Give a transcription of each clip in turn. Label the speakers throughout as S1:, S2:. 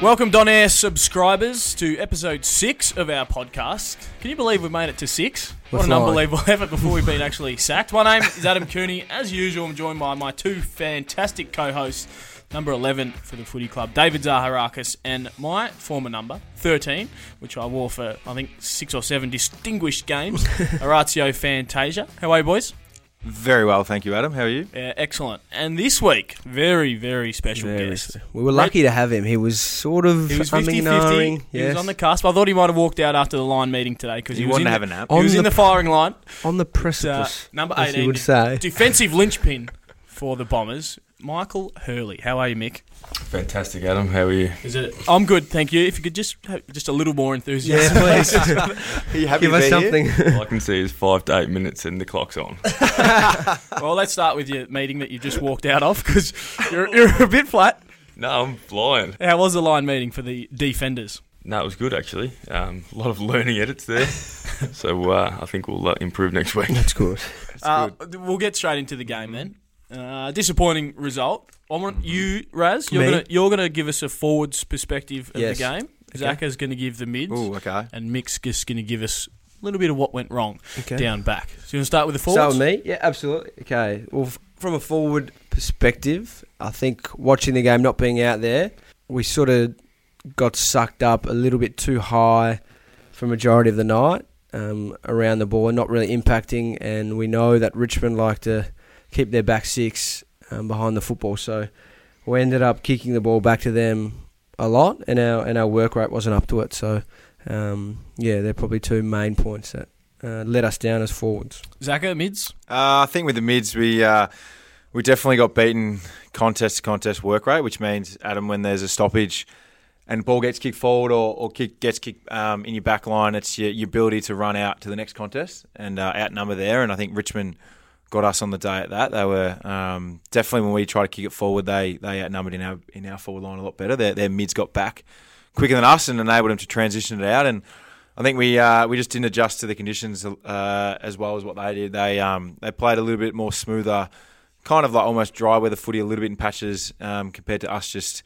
S1: Welcome, Don Air subscribers, to episode six of our podcast. Can you believe we've made it to six?
S2: We're
S1: what an
S2: flying.
S1: unbelievable effort before we've been actually sacked. My name is Adam Cooney. As usual, I'm joined by my two fantastic co hosts, number 11 for the footy club, David Zaharakis, and my former number, 13, which I wore for, I think, six or seven distinguished games, Horatio Fantasia. How are you, boys?
S3: Very well, thank you, Adam. How are you?
S1: Uh, excellent. And this week, very, very special
S2: Very
S1: guest.
S2: so- We were lucky to have him. He was sort of
S1: He was
S2: umming
S1: 50
S2: and ahhing.
S1: 50. He was on the cusp. I thought he might have walked out after the line meeting today because he,
S3: You
S1: was in
S3: want
S1: the,
S3: to have a nap?
S2: Oh,
S1: he was
S2: On
S1: in
S2: the-
S1: the firing line.
S2: on
S1: Uh,
S2: the precipice,
S1: number
S2: as you
S1: 18.
S2: would say.
S1: Defensive linchpin for the Bombers, Michael Hurley. How are you, Mick?
S4: Fantastic, Adam. How are you?
S1: Is it? I'm good, thank you. If you could just have just a little more enthusiasm.
S2: please.
S3: Are you happy
S2: Give us something.
S4: All I can see is five to eight minutes and the clock's on.
S1: well, let's start with your meeting that you just walked out of because you're, you're a bit flat.
S4: No, I'm flying.
S1: How was the line meeting for the defenders?
S4: No, it was good actually. Um, a lot of learning edits there. so uh, I think we'll uh, improve next week.
S2: That's good.
S1: Uh, we'll get straight into the game then. Uh, disappointing result. I want you, Raz. You're
S2: Mm-hmm. Me?
S1: gonna you're gonna give us a forwards perspective of
S2: Yes.
S1: the game. Zach is gonna give the mids,
S3: Ooh, okay.
S1: and Mick's just gonna give us a little bit of what went wrong
S2: Okay.
S1: down back. So you want to start with the
S2: So
S1: forwards?
S2: with me, yeah, absolutely. Okay. Well, f- from a forward perspective, I think watching the game, not being out there, we sort of got sucked up a little bit too high for majority of the night um, around the ball, not really impacting. And we know that Richmond like to keep their back six um, behind the football, so we ended up kicking the ball back to them a lot, and our and our work rate wasn't up to it. So um, yeah, they're probably two main points that uh, let us down as forwards.
S1: Zaka mids.
S3: Uh, I think with the mids, we uh, we definitely got beaten contest to contest work rate, which means Adam, when there's a stoppage and ball gets kicked forward or, or kick gets kicked um, in your back line, it's your, your ability to run out to the next contest and uh, outnumber there. And I think Richmond got us on the day at that. They were um, definitely when we tried to kick it forward, they they outnumbered in our in our forward line a lot better. Their, their mids got back quicker than us and enabled them to transition it out. And I think we uh, we just didn't adjust to the conditions uh, as well as what they did. They um, they played a little bit more smoother, kind of like almost dry weather footy, a little bit in patches um, compared to us just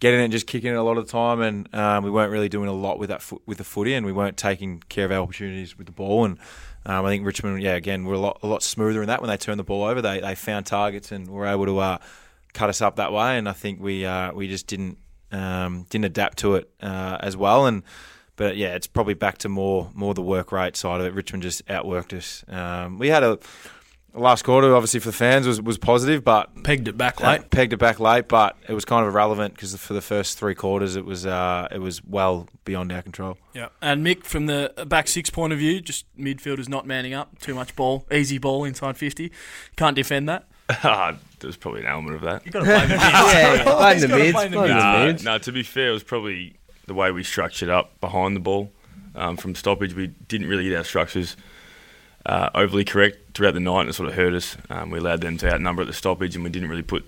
S3: getting it and just kicking it a lot of the time. And um, we weren't really doing a lot with that foot with the footy, and we weren't taking care of our opportunities with the ball. And um, I think Richmond, yeah, again, were a lot a lot smoother in that when they turned the ball over. They they found targets and were able to uh, cut us up that way. And I think we uh, we just didn't um, didn't adapt to it uh, as well. And but yeah, it's probably back to more more the work rate side of it. Richmond just outworked us. Um, we had a last quarter, obviously for the fans was was positive, but
S1: Pegged it back late.
S3: uh, pegged it back late. But it was kind of irrelevant because for the first three quarters, it was uh, it was well beyond our control.
S1: Yeah. And Mick, from the back six point of view, just midfielders not manning up. Too much ball. Easy ball inside 50. Can't defend that.
S4: Ah, There's probably an element of that.
S1: You've got to blame the mids.
S2: yeah, playing the
S1: gotta
S2: mids.
S1: play in the
S2: playing
S4: Nah,
S2: the mids.
S4: nah, to be fair, it was probably the way we structured up behind the ball. Um, from stoppage, we didn't really get our structures uh, overly correct throughout the night, and it sort of hurt us. Um, we allowed them to outnumber at the stoppage, and we didn't really put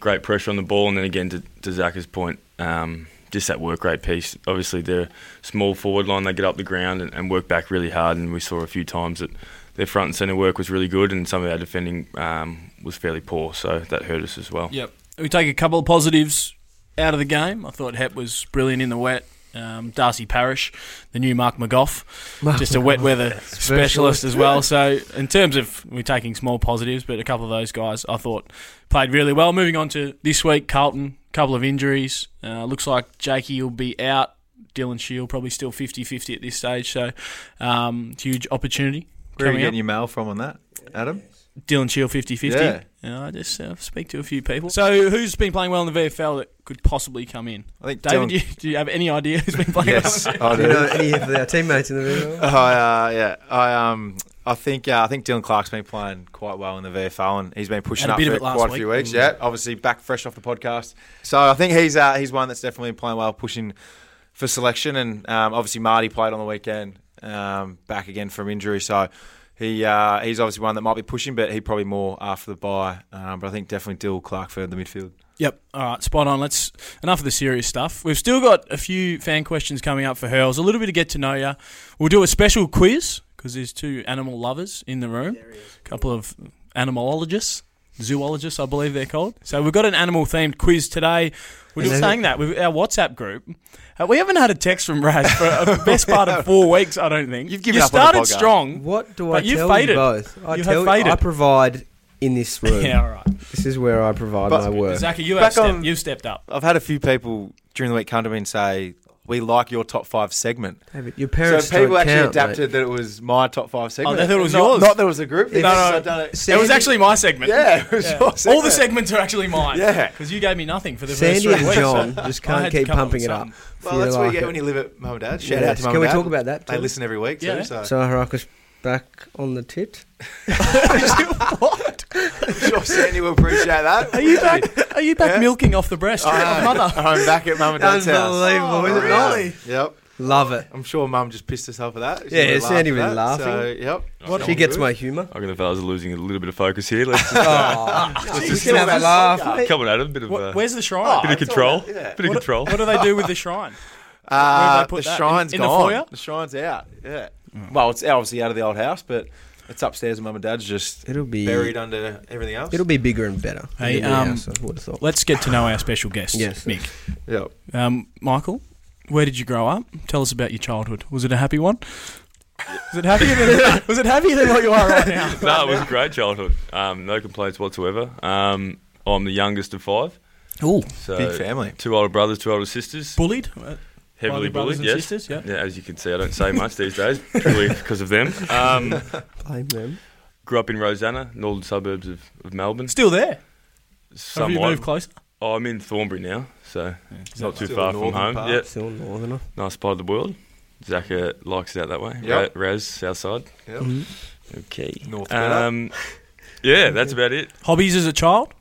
S4: great pressure on the ball. And then again, to, to Zaka's point, um, just that work rate piece. Obviously, they're a small forward line, they get up the ground and, and work back really hard, and we saw a few times that their front and centre work was really good, and some of our defending um, was fairly poor, so that hurt us as well.
S1: Yep. We take a couple of positives out of the game. I thought Hep was brilliant in the wet. Um, Darcy Parish, the new Mark McGough,
S2: Mark
S1: just a wet weather specialist
S2: Specialist.
S1: as well. So, in terms of we're taking small positives, but a couple of those guys I thought played really well. Moving on to this week, Carlton, couple of injuries. Uh, looks like Jakey will be out. Dylan Shield probably still 50 50 at this stage. So, um, huge opportunity.
S3: Where are you
S1: coming up.
S3: getting your mail from on that, Adam?
S1: Dylan Shield 50 50.
S3: Yeah.
S1: I just uh, speak to a few people. So, who's been playing well in the VFL that could possibly come in?
S3: I think
S1: David,
S3: Dylan-
S1: do you, do you have any idea who's been playing
S3: Yes, Oh,
S1: well?
S3: I
S2: Do you
S3: do.
S2: know any of our teammates in the video?
S3: I, uh, yeah, I um, I think uh, I think Dylan Clark's been playing quite well in the VFL, and he's been pushing
S1: Had a
S3: up
S1: bit
S3: for
S1: of it last
S3: quite
S1: week.
S3: a few weeks. Yeah, obviously back fresh off the podcast, so I think he's uh, he's one that's definitely playing well, pushing for selection, and um, obviously Marty played on the weekend, um, back again from injury, so. He, uh, he's obviously one that might be pushing, but he probably more after the bye. Um, but I think definitely Dylan Clark for the midfield.
S1: Yep. All right, spot on. Let's enough of the serious stuff. We've still got a few fan questions coming up for Hurls. A little bit of get to know you. We'll do a special quiz because there's two animal lovers in the room. A couple of animalologists. zoologists, I believe they're called. So we've got an animal themed quiz today. We're just
S2: And then-
S1: saying that with our WhatsApp group. Uh, we haven't had a text from Raz for the best part of four weeks, I don't think.
S3: You've given
S1: you
S3: up on the
S1: started
S3: podcast.
S1: strong.
S2: What do
S1: But
S2: I
S1: you
S2: tell
S1: faded.
S2: you both? I
S1: You have
S2: tell
S1: faded.
S2: I provide in this room.
S1: Yeah, all right.
S2: This is where I provide
S3: But-
S2: my work.
S1: Zaki, you have
S3: Back
S1: stepped,
S3: on-
S1: you've stepped up.
S3: I've had a few people during the week come to me and say, we like your top five segment.
S2: David, your
S3: So
S2: parents
S3: people
S2: don't
S3: actually
S2: count, mate.
S3: adapted that it was my top five segment.
S1: they thought it was
S3: not,
S1: yours.
S3: Not that it was a group. They
S2: No,
S3: just
S1: no, no.
S3: had done it.
S1: It was
S2: Sandy-
S1: actually my segment.
S3: Yeah, it was
S1: Yeah.
S3: your
S1: All the
S3: segment.
S1: segments are actually mine.
S3: Yeah.
S1: Because you gave me nothing for the first
S2: Sandy
S1: three
S2: and
S1: weeks.
S2: John just
S1: I
S2: can't
S1: had to
S2: keep
S1: come up
S2: pumping
S1: with
S2: it up.
S3: Well, that's what you get when you live at mum and dad's. Shout out
S2: Yes.
S3: to mum
S2: Can
S3: and
S2: we
S3: dad.
S2: talk about that
S3: They
S2: too?
S3: listen every week
S1: Yeah.
S3: too. So, uh,
S2: So Harakis back on the tit.
S3: I'm sure Sandy will appreciate that.
S1: Are you back? Are you back
S3: Yeah.
S1: milking off the breast of
S3: I know.
S1: mother?
S3: I'm back at mum and dad's house.
S2: Unbelievable, is it not?
S1: really?
S3: Yep.
S2: Love it.
S3: I'm sure mum just pissed herself at that. She
S2: Yeah,
S3: would've
S2: Sandy
S3: laughed at
S2: was
S3: that.
S2: laughing.
S3: So, yep.
S4: What?
S2: She gets my humour.
S4: I reckon the fellas are losing a little bit of focus here. Let's just,
S2: Oh,
S4: let's
S2: we
S4: just
S2: can have a laugh. mate.
S4: come on, Adam. Bit of
S1: What,
S4: uh,
S1: where's the shrine?
S4: bit of
S3: it's
S4: control.
S3: all right, yeah.
S4: Bit of control.
S1: What do they do with the shrine? Where'd
S3: Uh,
S1: they put
S3: the
S1: that?
S3: shrine's
S1: In- in the
S3: gone.
S1: foyer?
S3: the shrine's out. Yeah.
S1: Hmm.
S3: Well, it's obviously out of the old house, but it's upstairs. and Mum and dad's just
S2: It'll be
S3: buried under everything else.
S2: it'll be bigger and better.
S1: Hey,
S2: Than the
S1: um,
S2: house, I would have thought.
S1: Let's get to know our special guest,
S2: Yes.
S1: Mick.
S3: Yep.
S1: Um, Michael, where did you grow up? Tell us about your childhood. Was it a happy one? Was it happier than Was it happier than what you are right now?
S4: no, it was a great childhood. Um, no complaints whatsoever. Um, I'm the youngest of five.
S1: Ooh,
S4: So
S3: Big family.
S4: Two older brothers, two older sisters.
S1: bullied. Uh,
S4: heavily
S1: by the brothers
S4: bullied,
S1: and
S4: yes.
S1: sisters, yeah.
S4: Yeah, as you can see, I don't say much these days purely because of them. Um,
S2: Blame them.
S4: grew up in Rosanna, northern suburbs of, of Melbourne.
S1: Still there? Have you
S4: Somewhat.
S1: moved closer?
S4: Oh, I'm in Thornbury now, so it's not too
S3: Still
S4: far
S3: the
S4: from
S3: northern
S4: home.
S3: part.
S4: Yeah,
S2: Still northerner.
S4: nice part of the world. Zaka likes it out that way.
S3: Yep.
S4: Ra- Raz, south side.
S3: Yep.
S1: Mm-hmm.
S4: Okay.
S3: North Canada.
S4: Um, yeah, that's about it.
S1: Hobbies as a child?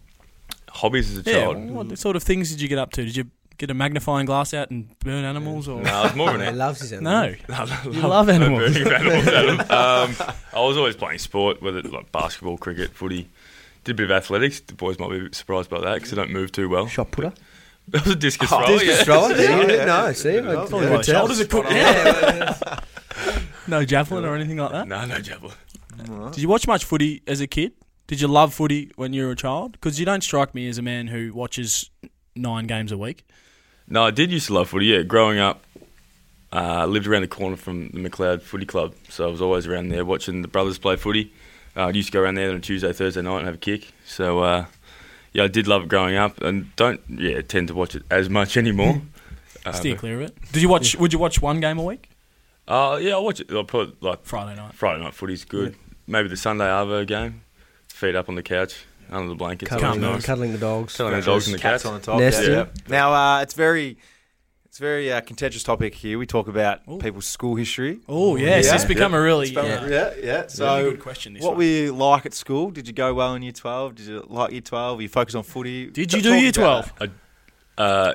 S4: Hobbies as a
S1: Yeah.
S4: child.
S1: What sort of things did you get up to? Did you get a magnifying glass out and burn animals or?
S4: No, I was more of an
S2: He loves his
S1: No. You love
S4: No
S1: animals.
S4: burning of animals, Adam. Um, I was always playing sport, whether it like basketball, cricket, footy. Did a bit of athletics. The boys might be a bit surprised by that because I don't move too well.
S2: Shot putter.
S4: That was a discus
S1: Oh,
S4: thrower. yeah.
S2: Thrower.
S3: Yeah.
S2: Yeah. No, see, I
S3: Yeah.
S2: could
S1: Probably Oh, my
S2: tell.
S1: shoulders are crooked.
S2: Yeah.
S1: No javelin or anything like that.
S4: No, no javelin.
S1: Did you watch much footy as a kid? Did you love footy when you were a child? Because you don't strike me as a man who watches nine games a week.
S4: No, I did used to love footy. Yeah, growing up, uh, lived around the corner from the McLeod Footy Club, so I was always around there watching the brothers play footy. Uh, I used to go around there on a Tuesday, Thursday night and have a kick. So uh, yeah, I did love it growing up, and don't yeah tend to watch it as much anymore. Uh,
S1: Steer clear of it. Did you watch? Would you watch one game a week?
S4: but- uh, yeah, I watch it. I put like
S1: Friday night.
S4: Friday night footy's good. Maybe the Sunday Arvo game, feet up on the couch under the blankets. Uh,
S1: Come
S2: Cuddling,
S4: Always
S1: on.
S2: the-
S4: nice.
S2: cuddling the dogs.
S4: Cuddling the dogs and the
S3: Cats
S4: cats.
S3: on the top.
S2: Nesting.
S3: Yeah. Now uh, it's very, it's very uh, contentious topic here. We talk about
S1: Ooh.
S3: people's school history.
S1: Oh yes,
S3: Yeah.
S1: it's become a really
S3: Yeah,
S1: yeah,
S3: yeah. So,
S1: really good question. This
S3: what
S1: one.
S3: were you like at school? Did you go well in year twelve? Did you like year twelve? Were you focused on footy?
S1: did you
S3: Talk
S1: do year
S3: about
S1: twelve
S4: Uh,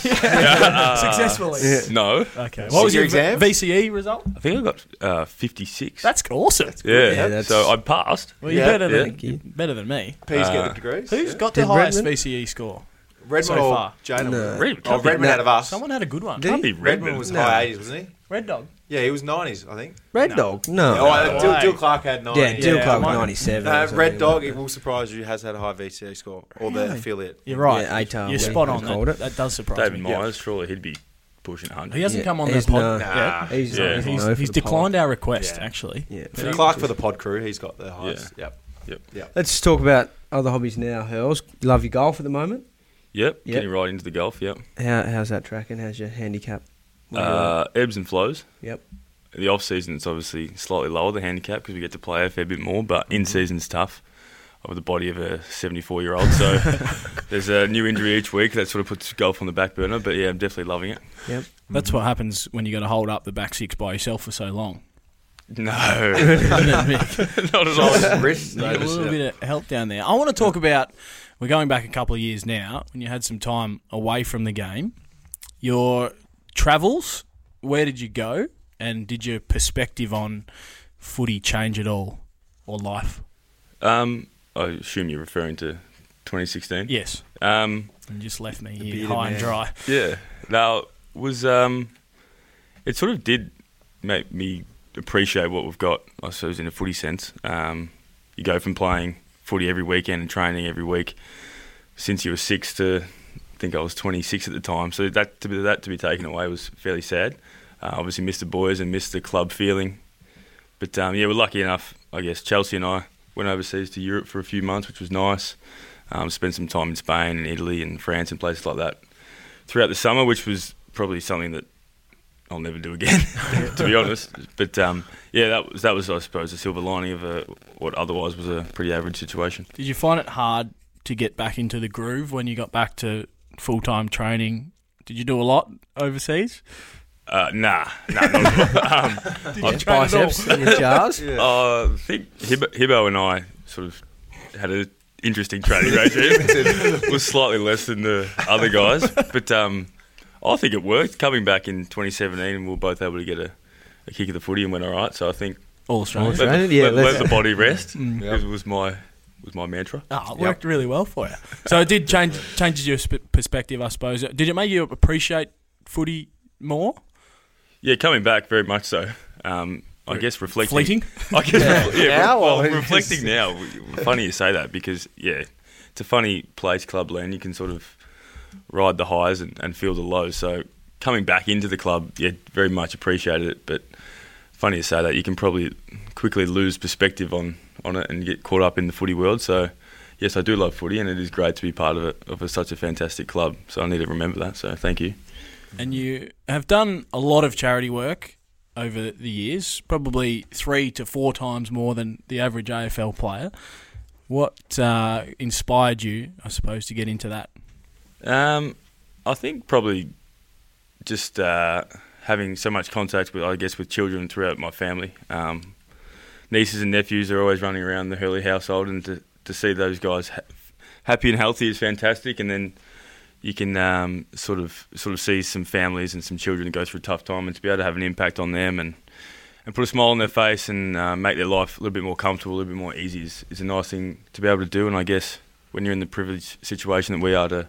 S1: successfully?
S4: No.
S1: Uh, Okay.
S3: So
S1: What was
S3: your
S1: your v-
S3: exams?
S1: VCE result?
S4: I think I got uh, 56.
S1: That's awesome.
S4: yeah.
S2: Yeah, that's-
S4: so I passed.
S1: Well, you're
S3: Yeah,
S1: better than
S2: thank you.
S1: better than me.
S3: that. Please get
S4: Uh,
S3: the degrees.
S1: Who's got
S2: Did
S1: the highest
S2: Redmond?
S1: VCE score?
S3: Redmond
S1: so
S3: or
S1: far?
S3: Jaden?
S2: No.
S4: Redmond.
S3: Oh, Redmond
S2: No.
S3: out of us.
S1: Someone had a good one.
S2: Did
S4: Can't be
S3: Redmond
S4: Redmond.
S3: was
S2: No.
S3: high eighties, wasn't he?
S1: Red dog.
S3: Yeah, he was nineties, I think.
S2: Red
S1: No.
S2: dog. No.
S3: oh, uh, Dill,
S1: way.
S3: Dill Clark had nine.
S2: yeah, Dill
S1: yeah,
S2: Clark
S1: mine-
S2: ninety-seven.
S3: Uh,
S2: or something
S3: Red
S2: like
S3: Dog,
S2: that.
S3: it will surprise you, has had a high VCA score, or the
S1: Really?
S3: affiliate.
S1: You're right.
S2: Yeah, ATAR,
S1: You're
S2: we-
S1: spot
S2: we
S1: on.
S2: called
S1: That,
S2: it.
S1: that does surprise
S4: David
S1: me.
S4: Myers, surely he'd be pushing 100.
S1: He hasn't
S2: Yeah,
S1: come on the
S2: he's
S1: pod.
S2: no-
S3: Nah.
S2: He's,
S4: Yeah.
S2: he's,
S1: He's,
S2: no for
S1: he's
S2: the
S1: declined our request,
S3: Yeah.
S1: actually.
S2: poll. Yeah.
S3: For Clark for the pod crew, he's got the highest. Yep.
S2: Let's talk about other hobbies now, Hurls. You Love your golf at the moment.
S4: Yep.
S2: Yeah.
S4: Getting right into the golf. Yep.
S2: How, how's that tracking? How's your handicap? Where you at?
S4: Uh, ebbs and flows.
S2: yep.
S4: The off season it's obviously slightly lower the handicap because we get to play a fair bit more, but in season's tough. Of the body of a 74 year old, so there's a new injury each week that sort of puts golf on the back burner. But yeah, I'm definitely loving it.
S2: Yep.
S1: That's what happens when you got to hold up the back six by yourself for so long.
S4: No, not at all.
S3: Wrist,
S1: You get a
S3: notice,
S1: little
S3: yeah.
S1: bit of help down there. I want to talk about. We're going back a couple of years now. When you had some time away from the game, your travels. Where did you go, and did your perspective on footy change at all, or life?
S4: Um, I assume you're referring to 2016.
S1: Yes,
S4: Um,
S1: and just left me here
S3: bearded
S1: high and
S3: man.
S1: dry.
S4: yeah. Now was um, it sort of did make me appreciate what we've got. I suppose in a footy sense, um, you go from playing footy every weekend and training every week since he was six to I think I was 26 at the time. So that to be, that to be taken away was fairly sad. Uh, obviously missed the boys and missed the club feeling. But um, yeah, we're lucky enough, I guess. Chelsea and I went overseas to Europe for a few months, which was nice. Um, spent some time in Spain and Italy and France and places like that throughout the summer, which was probably something that I'll never do again, to be honest. But um, yeah, that was that was I suppose the silver lining of a, what otherwise was a pretty average situation.
S1: Did you find it hard to get back into the groove when you got back to full time training? Did you do a lot overseas?
S4: Uh, nah, nah, not at all. um,
S1: Did
S4: I-
S1: you train at all?
S2: Biceps in your jars.
S4: Uh, I think Hib- Hibbo and I sort of had an interesting training regime. it was slightly less than the other guys, but um, I think it worked. Coming back in 2017, we were both able to get a, a kick of the footy and went all right. So I think
S1: All Australian.
S4: let,
S2: Australian?
S4: the-
S2: Yeah,
S4: let-
S2: let's-
S4: let the body rest.
S1: Mm.
S4: It was my was my mantra.
S1: Ah, it worked really well for you. So it did change changes your sp- perspective, I suppose. Did it make you appreciate footy more?
S4: Yeah, coming back very much so. Um, I guess reflecting.
S1: Fleeting.
S4: I guess yeah,
S3: Now
S4: well,
S3: or-
S4: reflecting now. w- Funny you say that because yeah, it's a funny place, Clubland. You can sort of ride the highs and, and feel the lows. So coming back into the club, yeah, very much appreciated it. But funny you say that. You can probably quickly lose perspective on on it and get caught up in the footy world. So. Yes, I do love footy, and it is great to be part of it of a, such a fantastic club. So I need to remember that. So thank you.
S1: And you have done a lot of charity work over the years, probably three to four times more than the average AFL player. What uh, inspired you, I suppose, to get into that?
S4: Um, I think probably just uh, having so much contact with, I guess, with children throughout my family. Um, nieces and nephews are always running around the Hurley household, and to, to see those guys ha- happy and healthy is fantastic. And then you can um, sort of sort of see some families and some children go through a tough time, and to be able to have an impact on them and and put a smile on their face and uh, make their life a little bit more comfortable, a little bit more easy is, is a nice thing to be able to do. And I guess when you're in the privileged situation that we are to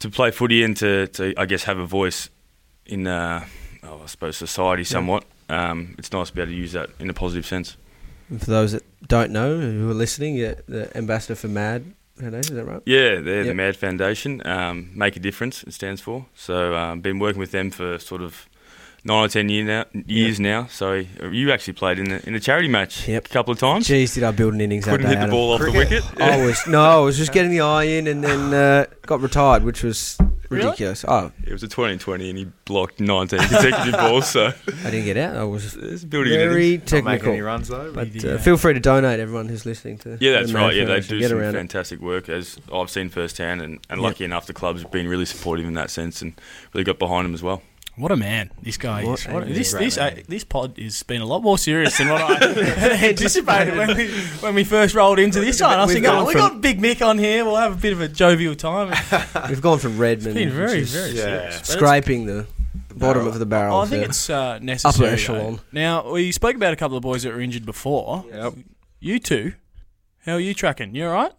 S4: to play footy and to, to I guess have a voice in uh, oh, I suppose society somewhat. Um, it's nice to be able to use that in a positive sense.
S2: And for those that don't know who are listening, yeah, the ambassador for Mad Foundation, is that right?
S4: Yeah, they're the
S2: Yep.
S4: Mad Foundation. Um, Make a difference. It stands for. So um, been working with them for sort of nine or ten year now, years now. So you actually played in a, in a charity match
S2: Yep.
S4: a couple of times.
S2: Jeez, did I build an innings
S4: Couldn't
S2: that day?
S4: hit the
S2: Adam.
S4: ball off the wicket.
S2: I was no, I was just getting the eye in, and then uh, got retired, which was
S1: Really?
S2: ridiculous. Oh,
S4: It was a 20-20 and he blocked 19 consecutive balls. So
S2: I didn't get out. I was
S4: it's building it.
S2: very
S3: Not making any
S2: technical.
S3: runs though. but-
S2: But
S1: Yeah.
S2: uh, feel free to donate, everyone who's listening to.
S4: Yeah, that's
S2: the Man
S4: right. Yeah, they
S2: Foundation.
S4: do
S2: Get
S4: some
S2: around it.
S4: fantastic work, as I've seen firsthand, and, and
S2: Yeah.
S4: lucky enough, the club's been really supportive in that sense and really got behind him as well.
S1: What a man this guy
S2: What
S1: is.
S2: a
S1: What a-
S2: man.
S1: this
S2: Great
S1: this
S2: man.
S1: uh, this pod has been a lot more serious than what I anticipated when we when we first rolled into this one. I was
S2: We've
S1: thinking, oh,
S2: gone
S1: we
S2: from-
S1: got Big Mick on here. We'll have a bit of a jovial time.
S2: We've gone from Redmond,
S1: It's been very
S2: which is
S1: very
S3: yeah.
S1: serious. but it's-
S2: scraping the bottom of the barrel.
S1: I think
S2: to-
S1: it's uh, necessary.
S2: upper echelon.
S1: though. Now we spoke about a couple of boys that were injured before.
S3: Yep.
S1: You two, how are you tracking? You all right?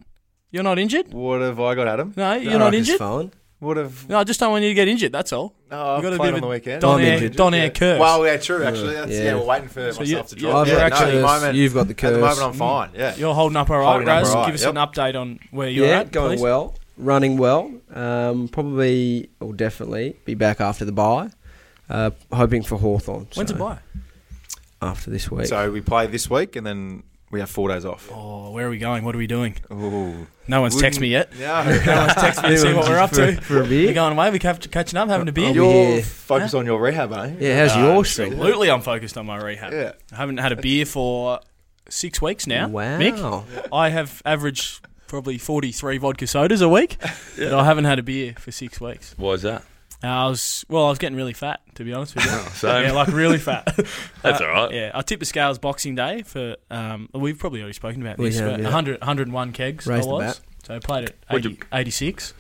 S1: You're not injured?
S3: What have I got, Adam?
S1: No, you're
S2: I
S1: not
S2: reckon it's
S1: injured.
S2: fine.
S3: What have
S1: No, I just don't want you to get injured. That's all.
S3: oh,
S1: You got a
S3: I've
S1: bit
S3: played
S1: of
S3: on
S1: a
S3: the weekend?
S1: Don
S2: Air-
S1: Don Air curve.
S3: Well, yeah, true. Actually,
S2: Yeah.
S3: that's, yeah.
S2: Yeah.
S3: we're waiting for
S1: So you-
S3: myself to
S1: you're-
S3: drop.
S2: you're
S3: yeah,
S2: actually-
S3: no, at the moment,
S2: You've got the
S3: at the
S2: curves.
S3: moment I'm fine. Yeah.
S1: You're holding up all right,
S3: Holding up
S1: Raz.
S3: all right,
S1: Give us
S3: yep.
S1: an update on where you're
S2: Yeah,
S1: at.
S2: going
S1: please.
S2: well, running well. Um, probably will definitely be back after the bye. Uh, hoping for Hawthorn.
S1: When's it by?
S2: After this week.
S3: So we play this week and then we have four days off.
S1: Oh, where are we going? What are we doing?
S3: Ooh.
S1: No one's texted me yet.
S3: Yeah.
S1: No one's texted me to see what we're up
S2: for,
S1: to.
S2: for a
S1: We're
S2: beer.
S1: going away. We're cap- catching up, having a beer.
S3: You're
S2: Yeah.
S3: focused on your rehab, aren't you?
S2: Yeah, how's
S1: Uh,
S2: your string?
S1: Absolutely, I'm focused on my rehab.
S3: Yeah.
S1: I haven't had a beer for six weeks now.
S2: Wow.
S1: Mick, I have averaged probably 43 vodka sodas a week, but I haven't had a beer for six weeks. Uh,
S4: Why is that?
S1: I was well, I was getting really fat to be honest with you.
S3: Oh,
S4: So
S1: Yeah, like really fat.
S4: that's all
S2: Uh,
S4: right.
S1: yeah, I tipped the scales Boxing Day for. Um, we've probably already spoken about
S2: We
S1: this.
S2: have,
S1: but
S2: yeah.
S1: 100, 101 kegs
S2: Raised
S1: I
S2: the
S1: was.
S2: bat.
S1: So I played at
S4: What'd
S1: 80, 86.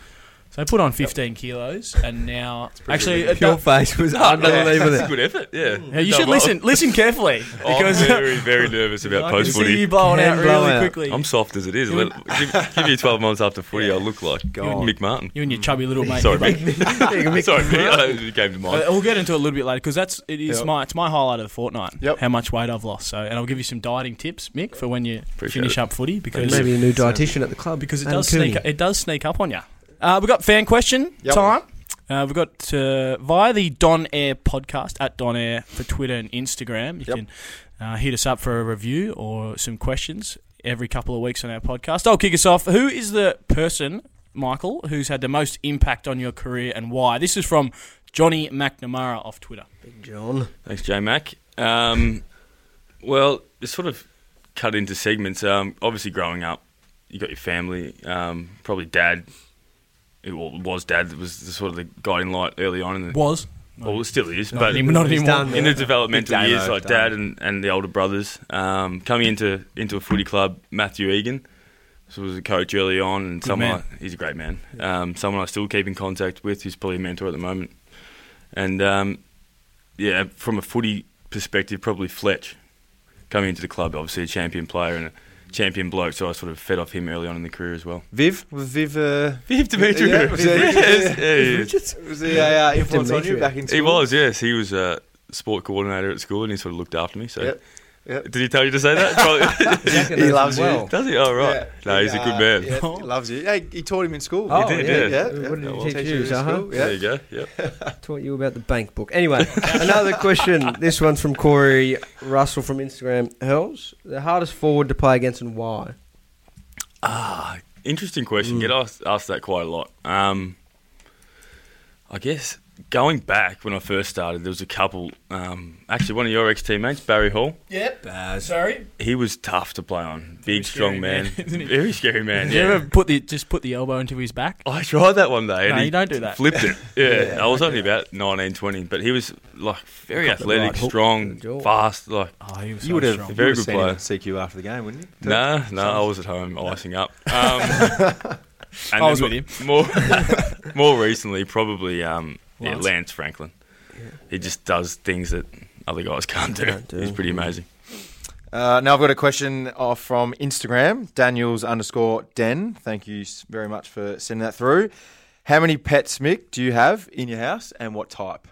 S1: So they put on 15 kilos, and now actually,
S4: pretty
S1: it
S2: Your
S1: do-
S2: face was
S4: That's a
S2: unbelievable.
S4: good effort. Yeah.
S1: yeah, you should listen. Listen carefully because
S4: I'm very, very nervous
S2: I
S4: about
S2: can
S1: I
S4: post
S1: see you
S4: footy.
S1: blowing
S2: Can
S1: out
S2: blow
S1: really
S2: out.
S1: quickly.
S4: I'm soft as it is.
S1: You-
S4: Let- give, give you 12 months after footy, I look like
S3: God.
S4: Mick Martin.
S1: you and your chubby little mate.
S4: Sorry,
S1: But-
S4: Mick. Sorry, Mick. It came to mind.
S1: but we'll get into it a little bit later because that's it is
S3: Yep.
S1: my it's my highlight of the fortnight.
S3: Yep.
S1: How much weight I've lost. So, and I'll give you some dieting tips, Mick, for when you
S4: Appreciate
S1: finish
S4: it.
S1: up footy because
S2: Maybe a new dietitian at the
S1: Oh,
S2: club
S1: because it
S2: Adam
S1: does
S2: Cooney.
S1: sneak it does sneak up on you. Uh, we've got fan question
S3: Yep.
S1: time. Uh, we've got uh, via the Don Air podcast at Don Air for Twitter and Instagram. You
S3: Yep.
S1: can uh, hit us up for a review or some questions every couple of weeks on our podcast. I'll kick us off. Who is the person, Michael, who's had the most impact on your career and why? This is from Johnny McNamara off Twitter.
S2: Big John.
S4: Thanks, J Mac. Um, well, it's sort of cut into segments. Um, obviously, growing up, you got your family, um, probably dad. It wa- was dad that was the, sort of the guiding light early on. In the,
S1: Was
S4: well, it still is,
S1: not,
S4: but
S1: anymore. not
S2: He's
S1: anymore.
S2: done.
S4: in the developmental
S3: Damo,
S4: years, like
S3: Damo.
S4: dad and, and the older brothers, um, coming into into a footy club, Matthew Egan, so was a coach early on, and
S1: Good
S4: someone
S1: man.
S4: I- he's a great man. Um, someone I still keep in contact with. He's probably a mentor at the moment, and um, yeah, from a footy perspective, probably Fletch coming into the club, obviously a champion player and a champion bloke. So I sort of fed off him early on in the career as well.
S3: Viv was Viv. Uh,
S4: Viv Dimitri,
S3: Yeah, was he-
S4: yes, yeah, yeah.
S2: Richards.
S3: was he a uh, influence on you
S2: Demetri.
S3: back in school?
S4: He was, yes. He was a sport coordinator at school, and he sort of looked after me. So,
S3: Yep, yep.
S4: did he tell you to say that? Probably-
S2: Jack
S3: He
S2: knows
S3: loves
S2: him
S3: you.
S4: Does he? Oh, right.
S3: Yeah,
S4: no, he's a
S3: uh,
S4: good man.
S3: yeah, he loves you. Hey, he taught him in school.
S2: Oh,
S4: did,
S2: yeah.
S4: yeah.
S2: What did
S4: Yeah,
S2: he
S4: well,
S2: teach you,
S3: in
S2: Zaha?
S3: school,
S4: There you go. Yep.
S2: Taught you about the bank book. Anyway, another question. This one's from Corey Russell from Instagram. Hells, the hardest forward to play against and why?
S4: Ah, interesting question.
S3: Mm.
S4: Get asked, asked that quite a lot. Um, I guess going back when I first started, there was a couple. Um, actually, one of your ex teammates, Barry Hall,
S1: Yep. Sorry.
S4: he was tough to play on.
S1: scary
S4: Big, strong man.
S1: man, isn't he?
S4: Very scary man.
S1: Did
S4: Yeah.
S1: you ever put the just put the elbow into his back?
S4: I tried that one day.
S1: No,
S4: and he
S1: you don't do that.
S4: Flipped it. Yeah, I was only about 19, 20, but he was like very
S2: Got the right
S4: athletic,
S2: hook to the
S4: strong,
S2: jaw.
S4: fast. Like
S1: Oh, he was
S3: You
S1: so
S3: would have
S1: strong.
S4: Very
S3: very good
S4: good
S3: seen him
S4: player.
S3: at CQ after the game, wouldn't you?
S4: No, no, I was at home icing up. Um, and
S1: I was
S4: then
S1: with
S4: More, more recently, probably um, Lance.
S1: Lance.
S4: Yeah, Lance Franklin. He just does things that other guys can't do.
S2: Can't do.
S4: He's pretty amazing.
S3: Uh, now I've got a question off from Instagram, Daniels underscore Den. Thank you s- very much for sending that through. How many pets, Mick, do you have in your house, and what type?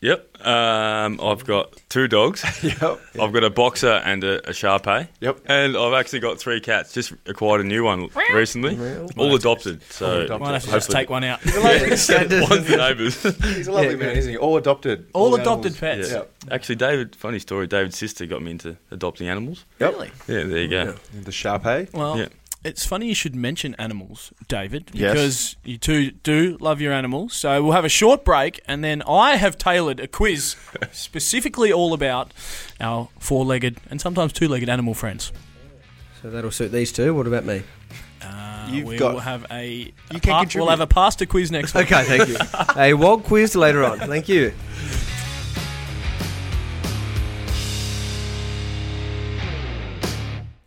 S4: Yep. Um, I've got two dogs.
S3: yep.
S4: I've got a boxer and a, a Shar Pei.
S3: Yep.
S4: And I've actually got three cats. Just acquired a new one recently. All adopted. So
S3: adopted.
S1: Might have to just
S4: hopefully-
S1: take one out.
S4: One's the neighbours.
S3: He's a lovely
S2: Yeah,
S3: man,
S2: good.
S3: isn't he? All adopted.
S1: All adopted
S3: animals.
S1: pets.
S3: Yep.
S4: Actually, David, funny story. David's sister got me into adopting animals.
S3: Yep.
S1: Really?
S4: Yeah, there you go.
S3: The Sharpei.
S1: Well,
S4: Yeah.
S1: it's funny you should mention animals, David,
S3: Yes.
S1: because you two do love your animals. So we'll have a short break, and then I have tailored a quiz specifically all about our four-legged and sometimes two-legged animal friends.
S2: So that'll suit these two. What about me?
S1: Uh,
S3: You've
S1: we
S3: got-
S1: will have a, a
S3: You can
S1: pa-
S3: contribute.
S1: we'll have a pasta quiz next week.
S2: Okay, thank you. A wog quiz later on. Thank you.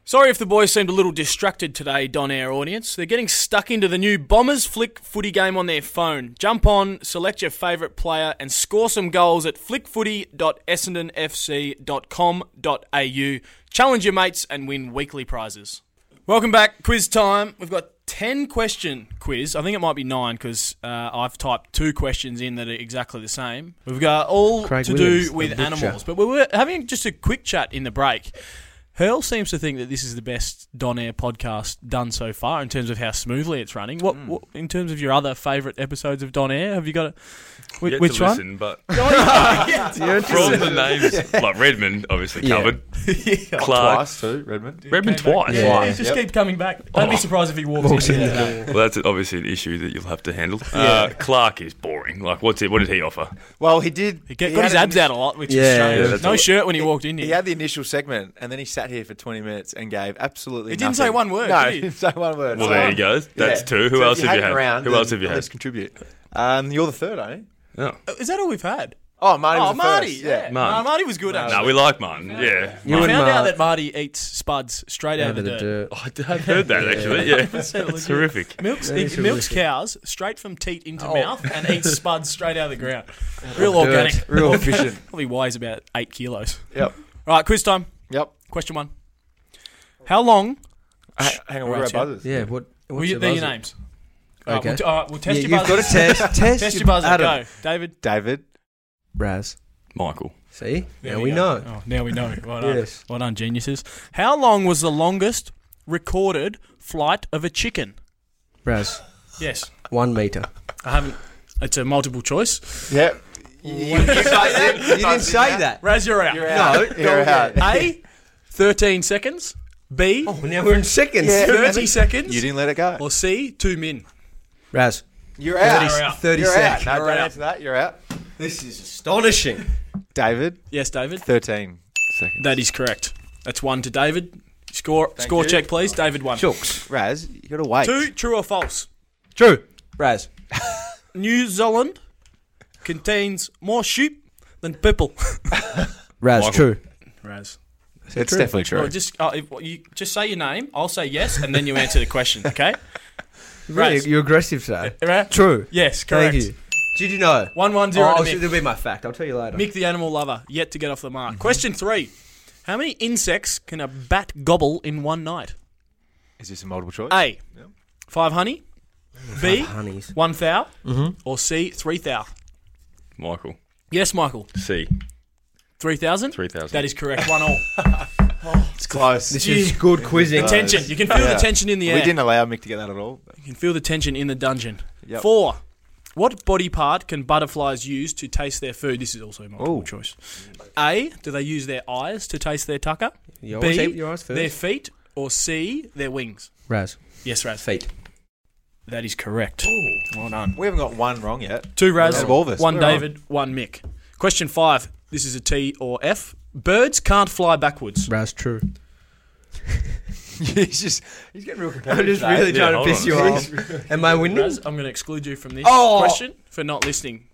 S1: Sorry if the boys seemed a little distracted today, Don Air audience. They're getting stuck into the new Bombers Flick footy game on their phone. Jump on, select your favourite player, and score some goals at flickfooty.essendonfc.com.au. Challenge your mates and win weekly prizes. Welcome back, quiz time. We've got 10 question quiz. I think it might be nine because uh, I've typed two questions in that are exactly the same. We've got all
S2: Craig
S1: to
S2: Williams,
S1: do
S2: the
S1: with
S2: butcher.
S1: animals, but we were having just a quick chat in the break. Hurl seems to think that this is the best Don Air podcast done so far in terms of how smoothly it's running. What, what in terms of your other favourite episodes of Don Air? Have you got a, whi-
S4: Yet
S1: which
S4: to
S1: one?
S4: Listen, but
S2: You're
S4: from the
S2: interested.
S4: names like Redmond, obviously
S2: Yeah.
S4: covered. Clark,
S3: Twice too, Redmond.
S4: Redmond
S1: Came back.
S4: twice.
S1: Yeah,
S3: Twice,
S1: it just
S3: yep.
S1: keeps coming back. Don't be
S4: Oh.
S1: surprised if he walks, in.
S2: in
S1: here
S2: the
S1: today.
S4: Well, that's obviously an issue that you'll have to handle. Uh, Clark is boring. Like, what's it? What did he offer?
S3: Well, he did.
S1: He get,
S3: he
S1: got his
S3: had an
S1: abs out a lot, which
S2: Yeah,
S1: is strange.
S2: yeah,
S4: that's
S1: no
S4: all-
S1: shirt when he, walked in here.
S3: He had the initial segment, and then he sat here for 20 minutes and gave absolutely.
S1: He didn't
S3: nothing.
S1: say one word,
S3: No,
S1: did he?
S3: he didn't say one word.
S4: Well, there you go. That's
S3: Yeah.
S4: two. Who
S3: So if
S4: else have
S3: hang
S4: you had?
S3: Around,
S4: Who else have you
S3: Let's
S4: had?
S3: contribute. Um, you're the third, aren't you?
S4: Oh.
S1: Is that all we've had?
S3: Oh, Marty was
S1: Oh,
S3: the
S1: Marty.
S3: first.
S1: Yeah.
S4: Marty.
S1: No, Marty was good,
S4: No,
S1: actually.
S4: we like Martin. Yeah.
S2: You
S1: I found
S2: and
S1: out
S2: Mark
S1: that Marty eats spuds straight out,
S2: out
S1: of the, dirt.
S4: Oh, I heard that actually. Yeah.
S1: That's so
S4: That's
S1: legit.
S4: horrific.
S1: Milks,
S2: That
S1: he
S2: is
S1: milks
S2: horrific.
S1: cows straight from teat into
S2: Oh.
S1: mouth and eats spuds straight out of the ground. Real
S2: Dirt.
S1: organic.
S2: Real efficient.
S1: Probably weighs about eight kilos.
S3: Yep.
S1: Right, quiz time.
S3: Yep.
S1: Question one. How long?
S3: Ha- hang on, what
S1: Oh, Right,
S3: about
S1: yeah.
S3: buzzers?
S2: Yeah, what? What's
S1: Will you,
S2: your
S1: they're your
S2: buzzer?
S1: names. All right,
S2: Okay.
S1: we'll, t- all right, we'll test
S2: yeah,
S1: your
S2: you've got
S1: buzzer.
S2: to test. Test,
S1: test your buzzer.
S2: Adam.
S1: Go, David.
S3: David.
S2: Raz.
S4: Michael.
S2: See?
S1: There
S2: now we
S1: go.
S2: know.
S1: Oh, now we know. Well done.
S2: Yes.
S1: Well done, geniuses. How long was the longest recorded flight of a chicken?
S2: Raz.
S1: Yes.
S2: One meter.
S1: I haven't. It's a multiple choice.
S3: Yep. You, didn't say that.
S2: You didn't say that.
S1: Raz, you're out.
S3: No, you're out.
S1: A, 13 seconds. B,
S2: Oh, now we're in seconds.
S3: Yeah.
S1: 30 seconds.
S3: You didn't let it go.
S1: Or C, two min.
S2: Raz.
S3: You're out.
S1: You're out.
S2: 30
S3: You're out.
S2: seconds.
S3: No, don't answer that. You're out.
S2: This is astonishing.
S3: David,
S1: Yes, David.
S3: 13 seconds.
S1: That is correct. That's one to David. Score score
S3: you.
S1: check, please. David one.
S2: Chooks.
S3: Raz, you got to wait.
S1: Two, true or false.
S2: True. Raz.
S1: New Zealand contains more sheep than people.
S2: Raz.
S4: Michael.
S2: True.
S1: Raz.
S3: It's definitely true.
S1: Well, just uh, if, you just say your name. I'll say yes, and then you answer the question. Okay. Raz.
S2: Really, you're aggressive today.
S1: Ra-
S2: True.
S1: Yes, correct.
S2: Thank you. Did you know?
S1: One one zero.
S2: oh,
S1: to
S2: so
S1: Mick.
S2: it'll be my fact. I'll tell you later.
S1: Mick the animal lover yet to get off the mark.
S2: Mm-hmm.
S1: Question three: How many insects can a bat gobble in one night?
S3: Is this a multiple choice?
S1: A. Five honey. B.
S2: Honeys. Mm-hmm.
S1: One thou. Or C. Three thou.
S4: Michael.
S1: Yes, Michael.
S4: C.
S1: Three thousand.
S4: Three thousand.
S1: That is correct. One all.
S3: It's close.
S2: This
S1: Gee.
S2: is good quizzing.
S1: tension. You can feel the tension in the air.
S3: We didn't allow Mick to get that at all. but-
S1: You can feel the tension in the dungeon.
S3: Yep.
S1: Four. What body part can butterflies use to taste their food? This is also multiple
S3: Ooh.
S1: choice. A. Do they use their eyes to taste their tucker?
S2: You always
S1: B.
S2: keep your eyes
S1: Their
S2: first.
S1: feet. Or C. Their wings.
S2: Raz.
S1: Yes, Raz.
S2: Feet.
S1: That is correct. Well done.
S3: We haven't got one wrong yet.
S1: Two Raz,
S3: Out of all of us.
S1: one
S3: We're
S1: David, one Mick. Question five. This is a T or F. Birds can't fly backwards.
S2: Raz. True.
S3: he's just he's getting real competitive.
S2: I'm just
S3: today.
S2: really trying
S4: Yeah,
S2: to
S4: hold
S2: piss
S4: on.
S2: you off. Am I winning?
S1: Raz, I'm going to exclude you from this
S2: Oh.
S1: question for not listening.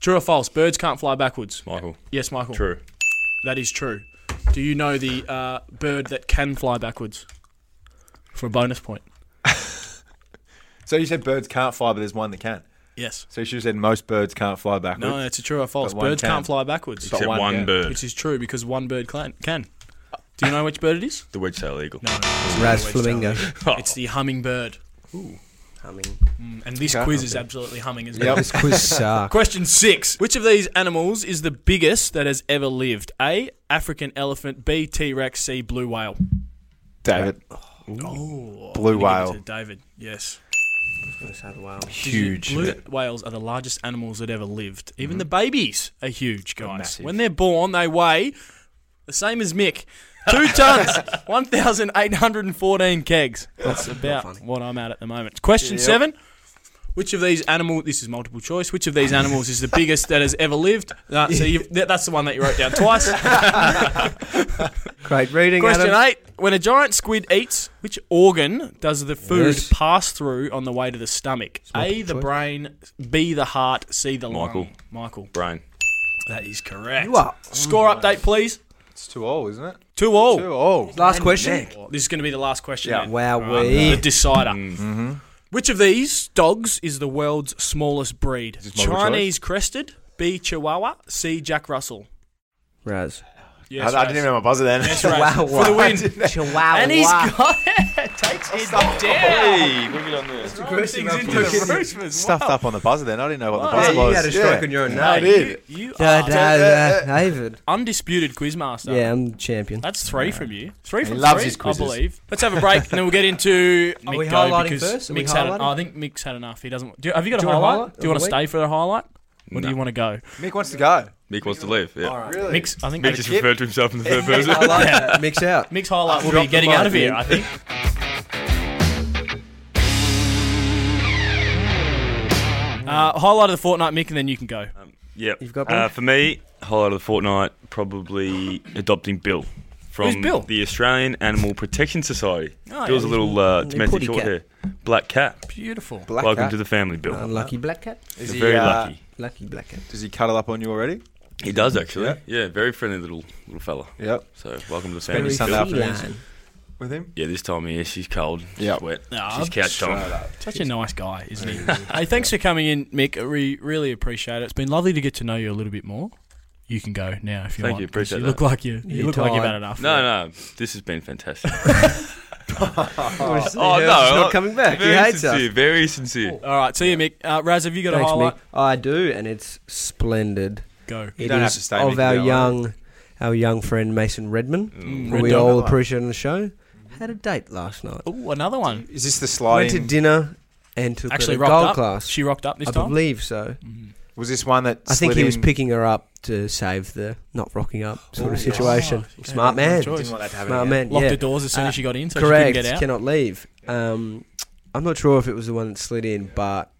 S1: True or false? Birds can't fly backwards.
S4: Michael.
S1: Yes, Michael.
S4: True.
S1: That is true. Do you know the uh, bird that can fly backwards? For a bonus point.
S3: So you said birds can't fly, but there's one that can.
S1: Yes.
S3: So you should have said most birds can't fly backwards.
S1: No, it's a true or false.
S3: But one
S1: Birds
S3: can.
S1: can't fly backwards,
S3: But
S4: Except
S3: one,
S4: one,
S3: yeah.
S4: bird.
S1: which is true because one bird can. can. Do you know which bird it is?
S4: the wedge tail eagle.
S2: Raz. Flamingo.
S3: Oh.
S1: It's the hummingbird.
S2: Humming.
S1: And this
S3: Okay.
S1: quiz is absolutely humming as well.
S3: Yep.
S2: This quiz sucks.
S1: Question six. Which of these animals is the biggest that has ever lived? A. African elephant. B. T Rex. C. Blue whale.
S3: David,
S1: Oh,
S3: Blue
S1: I'm gonna give it
S3: whale.
S1: to David, yes.
S3: huge. Mm-hmm.
S1: Blue whales are the largest animals that ever lived. Even the babies are huge, guys.
S3: massive.
S1: When they're born, they weigh the same as Mick. Two tons, 1,814 kegs. That's about what I'm at at the moment. Question
S3: Yep.
S1: seven. Which of these animal? This is multiple choice. Which of these animals is the biggest that has ever lived? Uh, so you've, that, that's the one that you wrote down twice.
S2: Great reading,
S1: Question
S2: Adam.
S1: eight: When a giant squid eats, which organ does the food
S2: Yes.
S1: pass through on the way to the stomach? A. The
S2: choice.
S1: brain. B. The heart. C. The
S4: Michael.
S1: lung. Michael.
S4: Brain.
S1: That is correct.
S2: You are.
S1: Score update, please.
S3: It's too old, isn't it?
S1: Two all.
S3: Too old.
S2: Last question.
S1: This is going to be the last question.
S3: Yeah.
S1: then. Um,
S2: Wow,
S1: The
S2: we.
S1: decider.
S3: Mm-hmm.
S1: Which of these dogs is the world's smallest breed?
S3: Is this multiple
S1: Chinese crested. B. Chihuahua. C. Jack Russell.
S2: Raz.
S1: Yes,
S3: I, I
S1: Raz.
S3: didn't even have my buzzer then.
S1: Yes, Raz.
S2: Wow,
S1: For the
S2: wow.
S1: win.
S2: Chihuahua.
S1: And he's got it. Takes his down.
S4: Hey, look at on this.
S1: Throws things
S2: up
S1: into
S2: for
S1: the
S2: you.
S1: roof as
S3: Stuffed
S1: well.
S3: up on the buzzer then. I didn't know what the
S1: Wow.
S3: buzzer
S1: Yeah,
S3: was.
S2: you had a stroke
S3: Yeah.
S2: on your own
S3: I
S2: name.
S3: did.
S1: You, you
S2: Da,
S1: are
S2: da,
S3: da,
S2: da. David.
S1: undisputed quizmaster.
S2: Ah. Yeah, I'm the champion.
S1: That's three from you. Three from
S3: loves
S1: three,
S3: his quizzes.
S1: I believe. Let's have a break, and then we'll get into Mick
S2: we
S1: Go
S2: highlighting
S1: because
S2: first? Are we
S1: Mick's had. en-
S2: highlighting?
S1: I think Mick's had enough. He doesn't. Do, have you got
S2: Do
S1: a
S2: you want a
S1: highlight?
S2: highlight
S1: Do you want
S2: of
S1: to
S2: the
S1: stay for the highlight, or do you want to go?
S3: Mick wants to go.
S4: Mick wants to leave. Yeah.
S3: Really?
S1: Mick's. I think
S4: Mick just
S3: Kip.
S4: referred to himself in the third person.
S2: I like that. Mix out.
S1: Mick's highlight will be
S3: dropped the
S1: getting
S3: mic,
S1: out of here.
S3: Mick.
S1: I think. Uh, highlight of the fortnight, Mick, and then you can go.
S4: Yep.
S2: You've got
S4: uh,
S2: one?
S4: for me, highlight of the fortnight, probably adopting Bill from
S1: Who's Bill?
S4: the Australian Animal Protection Society.
S1: Oh,
S4: Bill's
S1: yeah.
S4: a little uh,
S2: Little
S4: domestic
S2: putty
S4: short
S2: cat.
S4: hair, black cat.
S1: Beautiful.
S2: Black
S4: Welcome
S2: cat. Uh,
S4: to the family, Bill.
S2: Unlucky black cat.
S3: Is
S4: You're very
S3: uh,
S4: lucky.
S2: Lucky Blackhead.
S3: Does he cuddle up on you already?
S4: He does actually.
S3: Yeah.
S4: Yeah, very friendly little little fella.
S3: Yep.
S4: So welcome
S3: Very
S4: to Sandy.
S3: Sunday
S4: Phil.
S3: afternoon. afternoons. With him?
S4: Yeah, this time of year she's cold. She's
S3: Yeah.
S4: wet.
S1: Nah,
S4: she's couch time.
S1: Such a nice guy, isn't he? hey, thanks for coming in, Mick. I re- really appreciate it. It's been lovely to get to know you a little bit more. You can go now if you
S4: Thank
S1: want.
S4: you,
S1: 'cause
S4: appreciate
S1: look like you. You
S2: You're
S1: look like you've
S2: tired.
S1: had enough.
S4: No, no, this has been fantastic.
S2: Oh,
S4: Oh, no,
S2: not
S4: I-
S2: coming back. He
S4: very
S2: hates us.
S4: sincere. Very sincere.
S1: All right, see you, Mick. Uh, Raz, have you got
S2: Thanks,
S1: a highlight?
S2: Mick. I do, and it's splendid.
S1: Go.
S3: You
S2: It
S3: don't have
S2: is
S3: to stay, Mick,
S2: of
S3: if
S2: our
S3: you don't
S2: young, our young friend Mason Redman,
S1: Mm,
S2: who
S1: Red
S2: we
S1: Dog.
S2: all appreciate on the show. Had a date last night.
S1: Ooh, another one.
S3: Is this the
S2: Went to
S3: sliding?
S2: dinner and took
S1: Actually
S2: her
S1: rocked
S2: to gold
S1: up.
S2: class.
S1: She rocked up this
S2: I
S1: time.
S2: believe so.
S1: Mhm.
S3: Was this one that
S2: I think
S3: slid
S2: he was
S3: in-
S2: picking her up to save the not rocking up sort
S3: Oh,
S2: of
S3: yes.
S2: situation.
S1: Oh, okay.
S2: Smart man.
S1: Good choice.
S3: Didn't uh, want that to happen
S2: Smart
S3: again.
S2: man.
S1: Locked
S2: yeah.
S1: the doors as soon as she got in, so she
S2: Correct.
S1: couldn't get out.
S2: Cannot leave. Um, I'm not sure if it was the one that slid in, but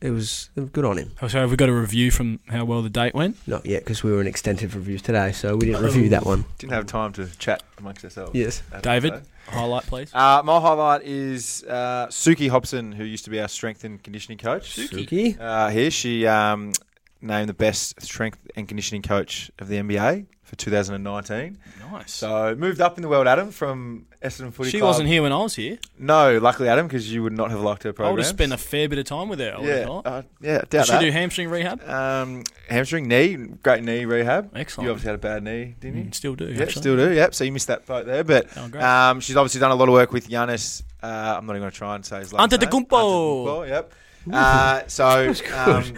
S2: it was it was good on him.
S1: Oh, so have we got a review from how well the date went?
S2: Not yet, because we were in extensive reviews today, so we didn't review that one.
S1: Oh.
S3: Didn't have time to chat amongst ourselves.
S2: Yes.
S3: That's
S1: David,
S3: okay.
S1: highlight, please.
S3: Uh, my highlight is uh, Suki Hobson, who used to be our strength and conditioning coach.
S2: Suki.
S3: Uh, here, she um, named the best strength and conditioning coach of the NBA for 2019.
S1: Nice.
S3: So moved up in the world, Adam, from Essendon Footy
S1: she
S3: Club.
S1: wasn't here when I was here.
S3: No, luckily, Adam, because you would not have liked her
S1: I would
S3: program.
S1: have spent a fair bit of time with her. I would have
S3: yeah,
S1: thought.
S3: uh, yeah, doubt
S1: Did she
S3: that.
S1: do hamstring rehab?
S3: um, hamstring, knee, great knee rehab. You
S1: Excellent.
S3: obviously had a bad knee, didn't you?
S1: Mm, still do.
S3: Yeah,
S1: actually.
S3: still do. Yep. So you missed that boat there, but
S1: Oh, great.
S3: um, she's obviously done a lot of work with Giannis. Uh, I'm not even going to try and say his last name.
S1: Antetokounmpo.
S3: Antetokounmpo, Yep. Uh, so um,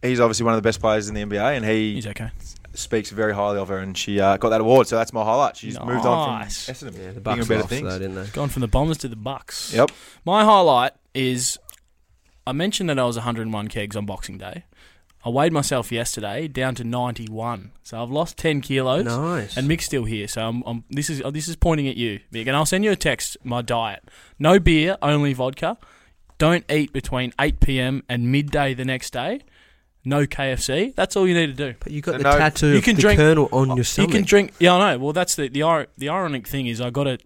S3: he's obviously one of the best players in the NBA, and he
S1: He's okay.
S3: speaks very highly of her, and she uh, got that award. So that's my highlight. She's moved on from
S1: Nice.
S3: Essendon.
S2: Yeah, the
S3: Thinking
S2: Bucks better
S3: of better
S2: lost, things.
S3: things.
S2: though, didn't they?
S1: Gone from the Bombers to the Bucks.
S3: Yep.
S1: My highlight is I mentioned that I was 101 kegs on Boxing Day. I weighed myself yesterday down to 91, so I've lost 10 kilos.
S2: Nice.
S1: And Mick's still here, so I'm, I'm, this is this is pointing at you, Mick. And I'll send you a text. My diet: no beer, only vodka. Don't eat between 8 p.m. and midday the next day. No KFC. That's all you need to do.
S2: but you got
S3: No,
S2: the
S3: no.
S2: tattoo
S1: You
S2: of
S1: can
S2: the
S1: drink- Oh,
S2: colonel on your stomach.
S1: You can drink. Yeah, I know. Well, that's the the ir- the ironic thing is I got a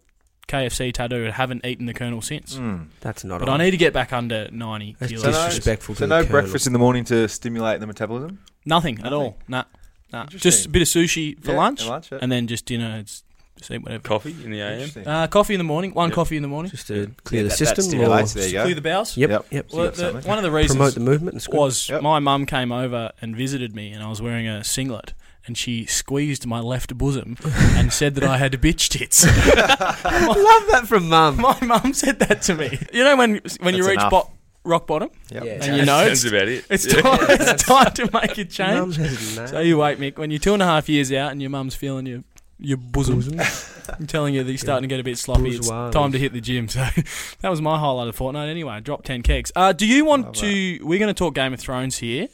S1: KFC tattoo and haven't eaten the Colonel since.
S3: Mm.
S2: That's not
S1: But
S2: on.
S1: I need to get back under 90
S2: That's
S1: kilos.
S3: So no-
S2: disrespectful
S3: So
S2: to the
S3: no
S2: Colonel.
S3: breakfast in the morning to stimulate the metabolism.
S1: Nothing, at
S3: Nothing.
S1: all. Nah. nah. Just a
S3: Interesting.
S1: bit of sushi for
S3: Yeah,
S1: lunch,
S3: and lunch. yeah.
S1: and then just dinner. It's, just eat whatever.
S4: Coffee in the AM.
S3: Interesting.
S1: Uh, coffee in the morning. One
S4: Yep.
S1: coffee in the morning.
S2: Just to
S4: Yeah,
S2: clear
S3: Yeah,
S2: the
S3: that- that
S2: system. or
S3: stimulates. There you go.
S1: Clear the bowels.
S2: Yep.
S3: Yep.
S2: Yep.
S1: Well,
S3: Yep,
S1: the,
S3: something.
S1: one of the reasons
S2: Promote the movement. It's good.
S1: was
S3: Yep.
S1: my mum came over and visited me, and I was wearing a singlet, and she squeezed my left bosom and said that I had bitch tits.
S2: I love that from mum.
S1: my mum said that to me. You know when when you
S3: That's
S1: reach
S3: enough.
S1: bo- rock bottom,
S3: Yep.
S2: Yeah.
S1: and you know
S4: That's
S1: it's,
S4: about it.
S1: it's,
S4: Yeah.
S1: time, it's time to make a change.
S2: Mum has a name.
S1: So you wait, Mick. When you're two and a half years out and your mum's feeling your your bosom,
S2: Bosom.
S1: I'm telling you that you're starting to get a bit sloppy. It's
S2: Bourgeois.
S1: time to hit the gym. So that was my highlight of fortnight. Anyway, I dropped ten kegs. Uh, do you want
S3: Love
S1: to? We're going to talk Game of Thrones here.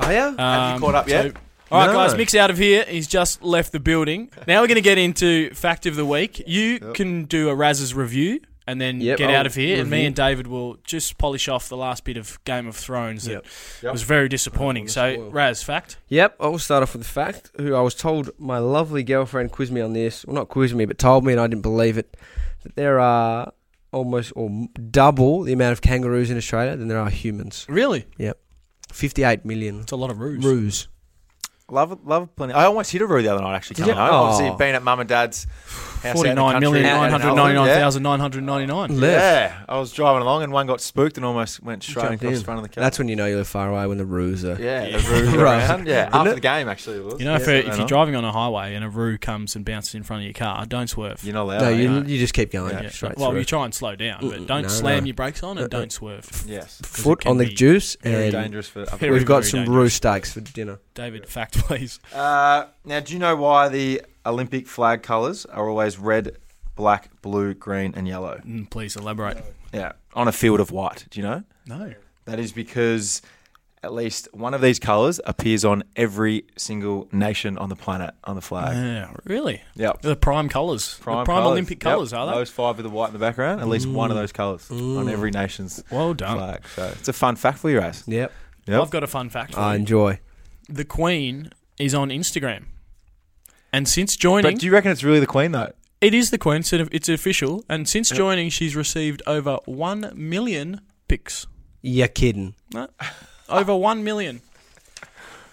S2: Are ya?
S3: Have
S1: Um,
S3: you caught up yet?
S1: all right,
S2: No.
S1: guys, Mick's out of here. He's just left the building. Now we're going to get into fact of the week. You
S3: Yep.
S1: can do a Raz's review and then
S2: Yep,
S1: get
S2: I'll
S1: out of here, and me
S2: review.
S1: and David will just polish off the last bit of Game of Thrones that
S2: Yep.
S3: Yep.
S1: was very disappointing.
S2: Right,
S1: So,
S2: well,
S1: Raz, fact.
S2: Yep, I will start off with a fact. Who I was told my lovely girlfriend quizzed me on this. Well, not quizzed me, but told me, and I didn't believe it. That there are almost or m- double the amount of kangaroos in Australia than there are humans.
S1: Really,
S2: Fifty-eight million
S1: it's a lot of ruse.
S2: roos.
S3: Love, love plenty. I almost hit a roo the other night actually.
S2: Did
S3: Coming
S2: you?
S3: home,
S2: Oh.
S3: obviously being at mum and dad's house out in the
S1: Forty-nine million
S3: country. Oh.
S1: nine hundred ninety-nine
S3: Yeah.
S1: thousand nine hundred ninety-nine.
S2: Left.
S3: Yeah, I was driving along and one got spooked and almost went straight
S2: Jumped
S3: across
S2: in.
S3: the front of the car.
S2: That's when you know you're far away when the roos are.
S3: yeah,
S1: Yeah.
S3: the roo
S2: Right.
S3: around. Yeah,
S2: Isn't
S3: after
S2: it?
S3: the game actually it was.
S1: You know, if,
S2: Yeah.
S1: if you're driving on a highway and a roo comes and bounces in front of your car, don't swerve.
S3: you're not allowed.
S2: No,
S3: are
S2: you,
S1: yeah.
S2: you just keep going
S3: Yeah.
S2: straight
S1: well,
S2: through.
S1: you try and slow down, but
S2: Mm,
S1: don't
S2: no,
S1: slam
S2: no.
S1: your brakes on and
S2: Uh, uh.
S1: don't swerve.
S3: Yes,
S2: Foot
S1: it
S2: on
S1: can
S2: the
S1: be
S2: juice,
S3: very
S2: and
S3: dangerous for.
S1: Very-
S2: we've got some
S1: dangerous.
S2: roo steaks for dinner.
S1: David, fact, please.
S3: Uh, now, do you know why the Olympic flag colours are always red, black, blue, green, and yellow?
S1: Mm, please elaborate.
S3: Yeah, on a field of white. Do you know?
S1: No.
S3: That is because at least one of these colours appears on every single nation on the planet on the flag.
S1: Yeah, really?
S3: Yep.
S1: The prime colours. the prime
S3: colours.
S1: Olympic
S3: Yep.
S1: colours, are they?
S3: Those five with the white in the background, at least one of those colours on
S2: Mm.
S3: every nation's
S1: Well done.
S3: flag. So it's a fun fact for you, Raz.
S2: Yep,
S3: Yep.
S1: I've got a fun fact for
S2: I
S1: you.
S2: enjoy.
S1: The Queen is on Instagram. And since
S3: But
S1: joining,
S3: do you reckon it's really the Queen though?
S1: it is the Queen, so it's official. And since joining, she's received over 1 million pics.
S2: You're kidding.
S1: Over 1 million.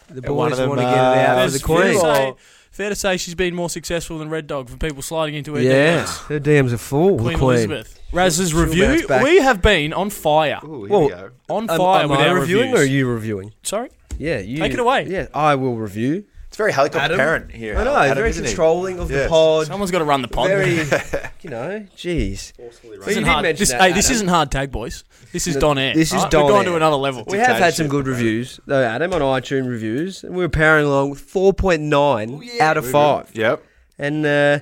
S2: The
S3: Yeah, one
S2: boys
S3: of them,
S2: want to get it out
S3: uh,
S2: of
S1: There's fair,
S2: the
S1: to
S2: queen.
S1: say,
S3: Queen.
S1: fair to say she's been more successful than Red Dog for people sliding into her
S2: Yeah,
S1: DMs.
S2: her DM's are full.
S1: Queen,
S2: the queen.
S1: Elizabeth. Raz's
S2: She'll bounce
S1: review.
S2: back.
S1: We have been on fire.
S3: Ooh, here
S2: Well,
S3: we go.
S1: On
S2: Am-
S1: fire
S2: am
S1: with
S2: I
S1: our
S2: Um, reviewing
S1: reviews.
S2: or are you reviewing?
S1: Sorry?
S2: Yeah, you
S1: Take it away.
S2: Yeah, I will review.
S3: It's very helicopter
S2: Adam?
S3: parent here.
S2: I know,
S3: Adam,
S2: very
S3: isn't he?
S2: controlling of the
S3: Yes.
S2: pod.
S1: Someone's got to run the pod.
S2: Very, you know,
S1: This
S2: jeez. you
S1: isn't
S2: did
S1: hard-
S2: mention
S1: this-
S2: that,
S1: hey, this
S2: Adam.
S1: isn't hard tag, boys. This is
S2: No,
S1: Don Air.
S2: this is
S1: alright?
S2: Don
S1: We've gone
S2: Air.
S1: to another level.
S2: We have had some
S3: dictation,
S2: good reviews though, Adam, on iTunes reviews, and we were powering along with 4.9 out of five.
S3: Yep.
S2: And uh,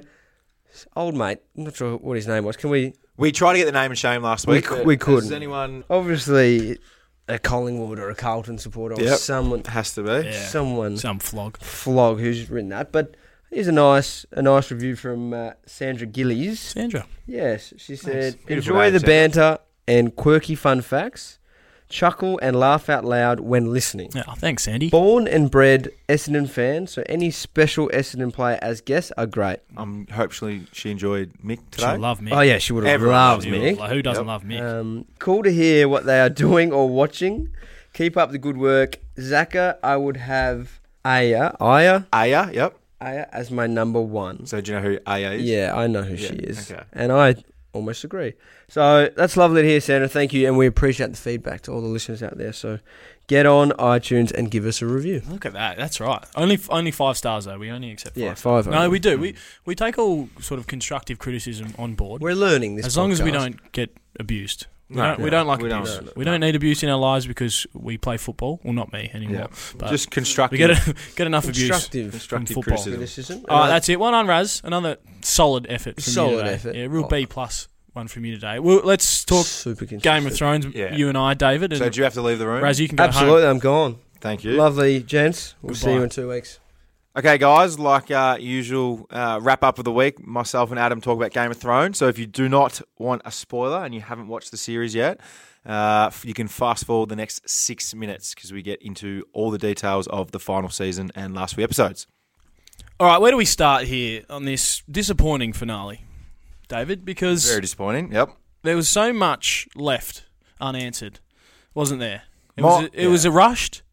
S2: old mate, I'm not sure what his name was. Can we?
S3: We tried to get the name and shame last
S2: We
S3: week.
S2: cou-
S3: but
S2: we couldn't.
S3: Does anyone
S2: Obviously, a Collingwood or a Carlton supporter or
S3: Yep.
S2: someone,
S3: has to be?
S1: Yeah.
S2: someone
S1: Some flog.
S2: flog who's written that. But here's a nice, a nice review from uh, Sandra Gillies.
S1: Sandra.
S2: Yes, she said,
S3: Beautiful
S2: enjoy
S3: name,
S2: the
S3: Sandra."
S2: banter and quirky fun facts. Chuckle and laugh out loud when listening.
S1: Yeah, thanks, Sandy.
S2: Born and bred Essendon fan, so any special Essendon player as guests are great.
S3: I'm hopefully she enjoyed Mick
S1: She
S3: today.
S1: love me.
S2: Oh yeah, she would have
S3: Everyone
S2: loved
S3: loves
S2: me.
S1: Who doesn't
S3: Yep.
S1: love me?
S2: Um, cool to hear what they are doing or watching. Keep up the good work, Zaka. I would have Aya, Aya,
S3: Aya, yep.
S2: Aya as my number one.
S3: So do you know who Aya is?
S2: Yeah, I know who
S3: Yeah,
S2: she is,
S3: okay.
S2: and I almost agree. So that's lovely to hear, Sandra. Thank you, and we appreciate the feedback to all the listeners out there. So get on iTunes and give us a review.
S1: Look at that. That's right. Only only five stars though. We only accept five.
S2: Yeah, five. oh.
S1: No, we do. We we take all sort of constructive criticism on board,
S2: We're learning this.
S1: as long as we
S2: podcast.
S1: don't get abused. We,
S3: No,
S1: don't, we
S3: yeah.
S1: don't like
S3: We don't.
S1: abuse.
S2: No, no,
S1: we don't need abuse in our lives because we play football. Well, not me anymore. But
S3: Just
S1: we
S3: constructive.
S1: get get enough abuse.
S2: constructive
S3: constructive
S1: football.
S3: criticism.
S2: criticism.
S1: All right, that's it. One on Raz. Another solid effort. From you
S2: Solid
S1: today.
S2: effort.
S1: Yeah, real
S2: Oh.
S1: B plus one from you today. Well, let's talk
S2: super consistent.
S1: Game of Thrones.
S3: Yeah.
S1: You and I, David, and
S3: So do you have to leave the room?
S1: Raz. You can go home.
S2: Absolutely, I'm gone.
S3: Thank you.
S2: Lovely, gents. We'll see
S1: Goodbye.
S2: you in two weeks.
S3: Okay, guys, like uh, usual, uh, wrap up of the week. Myself and Adam talk about Game of Thrones. So if you do not want a spoiler and you haven't watched the series yet, uh, f- you can fast forward the next six minutes because we get into all the details of the final season and last few episodes.
S1: All right, where do we start here on this disappointing finale, David? Because
S3: Very disappointing. Yep.
S1: there was so much left unanswered, wasn't there? It
S3: Mo-
S1: was it was a rushed,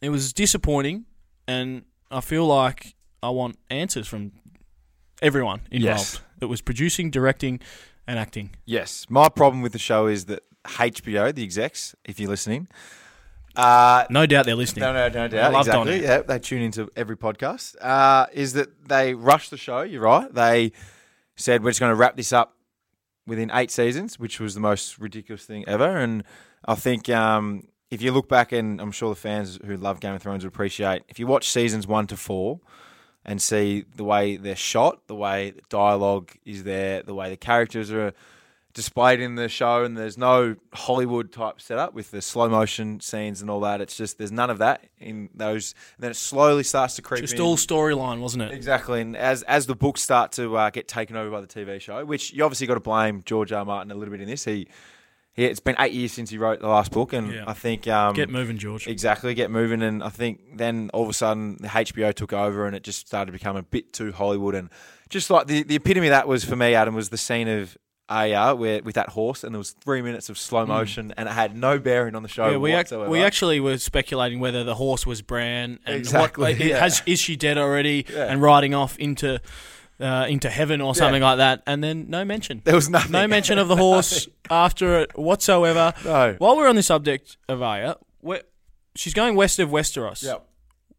S1: it was disappointing, and I feel like I want answers from everyone involved
S3: Yes.
S1: that was producing, directing, and acting.
S3: Yes. My problem with the show is that HBO, the execs, if you're listening, uh,
S1: No doubt they're listening.
S3: No, no, no doubt.
S1: I love
S3: exactly.
S1: Donny.
S3: Yeah, they tune into every podcast. Uh, is that they rushed the show? You're right. They said we're just going to wrap this up within eight seasons, which was the most ridiculous thing ever. And I think um, if you look back, and I'm sure the fans who love Game of Thrones would appreciate if you watch seasons one to four and see the way they're shot, the way the dialogue is there, the way the characters are displayed in the show, and there's no Hollywood type setup with the slow motion scenes and all that. It's just there's none of that in those. And then it slowly starts to creep
S1: Just
S3: in.
S1: all storyline, wasn't it?
S3: Exactly, and as as the books start to uh, get taken over by the TV show, which you obviously got to blame George R. R. Martin a little bit in this. He, he it's been eight years since he wrote the last book, and
S1: Yeah.
S3: I think um,
S1: Get moving, George.
S3: Exactly, get moving, and I think then all of a sudden the HBO took over, and it just started to become a bit too Hollywood, and just like the, the epitome of that was for me, Adam, was the scene of AR where with that horse, and there was three minutes of slow motion, and it had no bearing on the show
S1: Mm. Yeah, we, ac-
S3: whatsoever.
S1: we actually were speculating whether the horse was Bran and
S3: Exactly,
S1: what, like, it
S3: yeah.
S1: has is she dead already
S3: Yeah.
S1: and riding off into uh, into heaven or something like that, and then no mention.
S3: there was nothing.
S1: No mention of the horse after it whatsoever.
S3: No.
S1: While we're on the subject of Aya, where, she's going west of Westeros.
S3: Yep.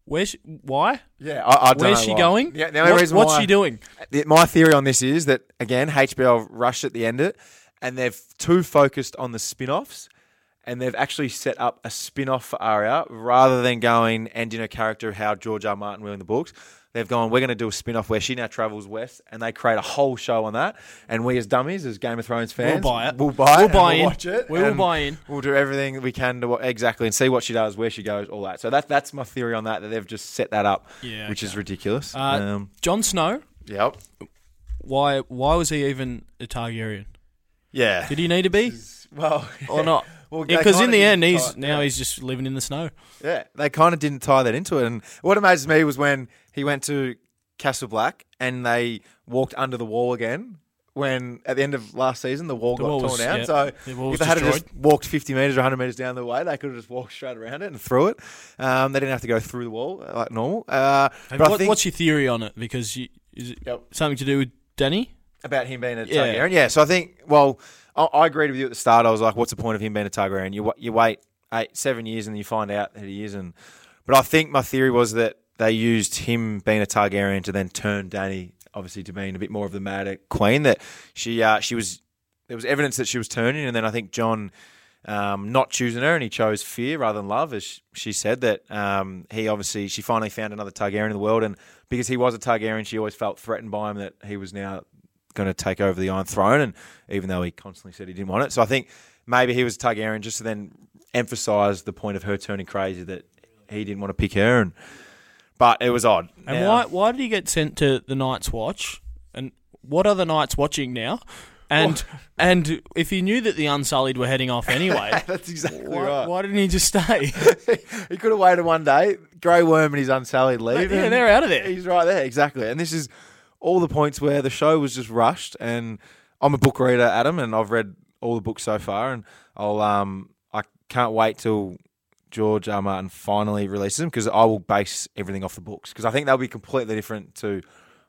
S1: Where's she, why?
S3: Yeah, I, I don't
S1: Where's
S3: know
S1: she
S3: why.
S1: going?
S3: Yeah, the only
S1: What-
S3: reason
S1: what's
S3: why-
S1: she doing?
S3: The- my theory on this is that again HBO rushed at the end of it, and they've too focused on the spin-offs, and they've actually set up a spin-off for Arya rather than going and in a character how George R. R. Martin will in the books. They've gone, we're going to do a spin-off where she now travels west, and they create a whole show on that. And we as dummies, as Game of Thrones fans,
S1: buy it.
S3: We'll buy
S1: We'll
S3: it.
S1: buy
S3: and
S1: in.
S3: We'll watch it.
S1: We will
S3: and
S1: buy in.
S3: We'll do everything that we can to wa- exactly and see what she does, where she goes, all that. So that that's my theory on that. That they've just set that up,
S1: Yeah,
S3: which
S1: okay.
S3: is ridiculous. Um,
S1: Uh, Jon Snow.
S3: yep.
S1: Why? Why was he even a Targaryen?
S3: Yeah.
S1: Did he need to be
S3: Well,
S1: or not?
S3: Well, they
S1: Because in
S3: kinda
S1: the end,
S3: didn't
S1: he's
S3: tie-
S1: now he's just living in the snow.
S3: yeah, they kind of didn't tie that into it. And what amazes me was when he went to Castle Black and they walked under the wall again when at the end of last season the wall
S1: The
S3: got
S1: wall
S3: torn
S1: was-
S3: down.
S1: yeah,
S3: So
S1: the wall was
S3: if they had
S1: destroyed.
S3: just walked 50 meters or 100 meters down the way, they could have just walked straight around it and through it. Um, they didn't have to go through the wall uh, like normal. Uh, but I
S1: What-
S3: think
S1: what's your theory on it? Because you, is it
S3: Yep.
S1: something to do with Danny?
S3: about him being a
S1: Yeah.
S3: Targaryen. Yeah. So I think well, I, I agreed with you at the start. I was like, what's the point of him being a Targaryen? You wa- you wait eight seven years and you find out that he isn't. But I think my theory was that they used him being a Targaryen to then turn Danny obviously to being a bit more of the mad queen. That she uh, she was there was evidence that she was turning, and then I think John. Um, not choosing her, and he chose fear rather than love, as sh- she said. That um, he obviously she finally found another Targaryen in the world, and because he was a Targaryen, she always felt threatened by him that he was now going to take over the Iron Throne, and even though he constantly said he didn't want it, so I think maybe he was Targaryen just to then emphasise the point of her turning crazy that he didn't want to pick her, and but it was odd.
S1: And
S3: Now-
S1: why why did he get sent to the Night's Watch? And what are the Knights watching now? And and if he knew that the Unsullied were heading off anyway,
S3: That's exactly
S1: why,
S3: right.
S1: why didn't he just stay?
S3: he could have waited one day. Grey Worm and his unsullied leave.
S1: Yeah,
S3: and
S1: they're out of there.
S3: He's right there, exactly. And this is all the points where the show was just rushed. And I'm a book reader, Adam, and I've read all the books so far. And I'll um I can't wait till George R. Martin finally releases them because I will base everything off the books because I think they'll be completely different to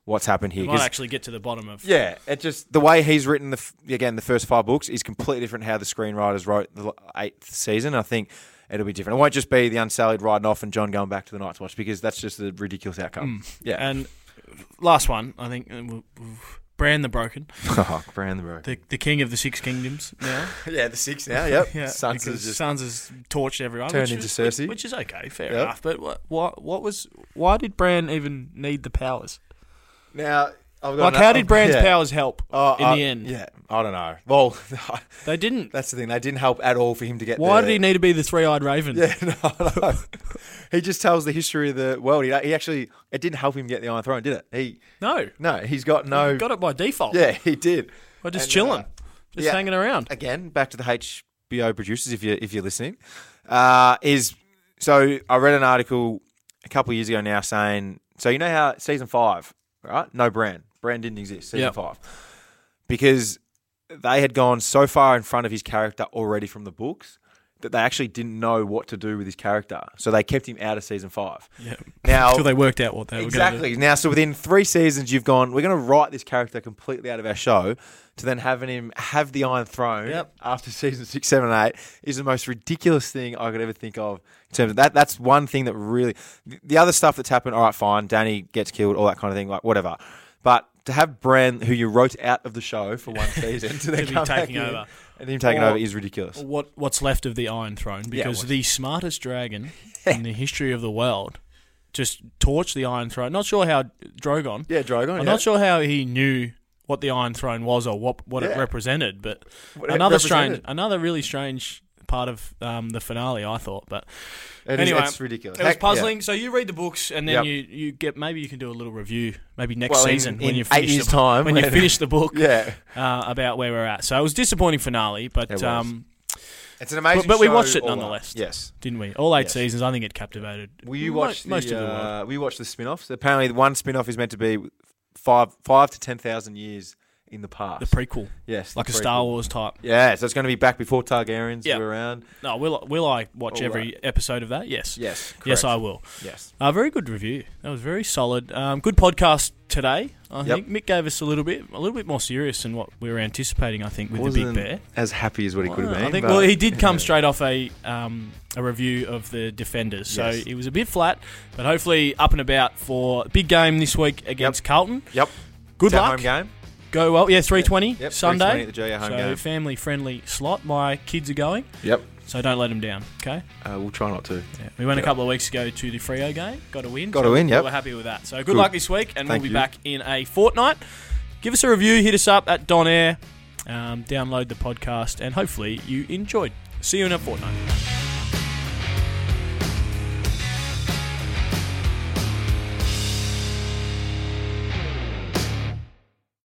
S3: what's happened here.
S1: He
S3: 'Cause-
S1: might actually get to the bottom of
S3: yeah, it just the way he's written the f- again the first five books is completely different how the screenwriters wrote the l- eighth season. I think it'll be different. It won't just be the unsullied riding off and John going back to the Night's Watch because that's just a ridiculous outcome.
S1: Mm.
S3: Yeah,
S1: And last one, I think, uh, we'll- we'll- Bran the Broken,
S3: oh, brand the road.
S1: the the king of the Six Kingdoms now.
S3: Yeah, the six now. Yep,
S1: Yeah,
S3: Sansa's
S1: because
S3: just
S1: Sansa's torched everyone.
S3: turned
S1: which
S3: into
S1: is-
S3: Cersei.
S1: which is okay, fair
S3: Yeah.
S1: enough. But what, what what was why did Bran even need the powers?
S3: now. I've got
S1: Like,
S3: another-
S1: how did Bran's
S3: um, yeah.
S1: powers help
S3: Oh,
S1: in
S3: I-
S1: the end?
S3: Yeah, I don't know. Well,
S1: They didn't.
S3: that's the thing. They didn't help at all for him to get.
S1: Why
S3: the-
S1: did he need to be the three-eyed raven?
S3: Yeah, no, I know. he just tells the history of the world. He, he actually, it didn't help him get the Iron Throne, did it? He
S1: No,
S3: no, he's got no.
S1: got it by default.
S3: Yeah, he did.
S1: we're just
S3: And,
S1: chilling,
S3: uh,
S1: just
S3: yeah.
S1: hanging around.
S3: Again, back to the HBO producers, if you if you're listening, uh, is so I read an article a couple of years ago now saying so you know how season five, right? No brand, brand didn't exist season
S1: Yep.
S3: five because they had gone so far in front of his character already from the books that they actually didn't know what to do with his character, so they kept him out of season five.
S1: Yeah,
S3: Now
S1: until they worked out what they were going to
S3: Exactly. Now, so within three seasons, you've gone. We're going to write this character completely out of our show, to then having him have the Iron Throne
S1: Yep.
S3: after season six, seven, and eight is the most ridiculous thing I could ever think of. In terms of that, that's one thing that really. the- The other stuff that's happened, all right, fine. Danny gets killed, all that kind of thing, like whatever. But to have Bran, who you wrote out of the show for one season, to then
S1: To be
S3: come back
S1: taking
S3: in
S1: over.
S3: and him taking
S1: Or-
S3: over is ridiculous.
S1: do. What what's left of the Iron Throne? Because
S3: what-
S1: the smartest dragon in the history of the world just torched the Iron Throne. Not sure how Drogon.
S3: Yeah, Drogon.
S1: I'm
S3: Oh, yeah.
S1: not sure how he knew what the Iron Throne was or what what it
S3: Yeah.
S1: represented, but
S3: What it
S1: another strange,
S3: represented.
S1: another really strange part of um, the finale, I thought. But
S3: It is-
S1: anyway,
S3: it's ridiculous.
S1: It was
S3: Heck, yeah.
S1: puzzling. So you read the books, and then
S3: Yep.
S1: you, you get maybe you can do a little review maybe next
S3: Well, in-
S1: season when
S3: in
S1: you
S3: eight
S1: finish
S3: years'
S1: the,
S3: time,
S1: when you
S3: when-
S1: finish the book
S3: Yeah,
S1: uh, about where we're at. So it was disappointing finale,
S3: It
S1: but
S3: was.
S1: um,
S3: it's an amazing.
S1: But- but we
S3: show
S1: watched it
S3: all up.
S1: nonetheless.
S3: Yes.
S1: didn't we? All eight
S3: Yes.
S1: seasons, I think it captivated.
S3: Will you
S1: Mm, mo-
S3: watch the,
S1: most of the world.
S3: Uh, we watch the spin-offs. Apparently, the one spin-off is meant to be five five to ten thousand years in the past.
S1: The prequel,
S3: yes, uh, the
S1: like a Star
S3: prequel.
S1: Wars type.
S3: Yeah, so it's going to be back before Targaryens
S1: Yeah.
S3: were around.
S1: No, will will I watch
S3: All
S1: every episode of that? Yes,
S3: Yes,
S1: yes, I
S3: correct.
S1: will.
S3: Yes,
S1: Uh, very good review. That was very solid. Um, good podcast today. I
S3: Yep.
S1: think Mick gave us a little bit, a little bit more serious than what we were anticipating. I think with the
S3: Wasn't
S1: big bear.
S3: as happy as what he could have
S1: Well,
S3: been.
S1: I think.
S3: but-
S1: Well, he did come
S3: Yeah.
S1: straight off a um, a review of the defenders, so
S3: Yes.
S1: it was a bit flat, but hopefully up and about for a big game this week against Carlton.
S3: Yep.
S1: Good
S3: It's our
S1: luck.
S3: Home game.
S1: Go well. Yeah, three twenty
S3: Yep.
S1: Sunday.
S3: 3:20 at the GA home
S1: so
S3: game.
S1: family friendly slot. My kids are going,
S3: Yep.
S1: so don't let them down. Okay.
S3: Uh, we'll try not to.
S1: We went a
S3: Yeah.
S1: couple of weeks ago to the Frio game, got a win.
S3: Got a win,
S1: yeah.
S3: yep.
S1: We're happy with that. So good,
S3: Good.
S1: luck this week, and
S3: Thank
S1: we'll be
S3: you.
S1: back in a fortnight. Give us a review, hit us up at Don Air, um, download the podcast, and hopefully you enjoyed. See you in a fortnight.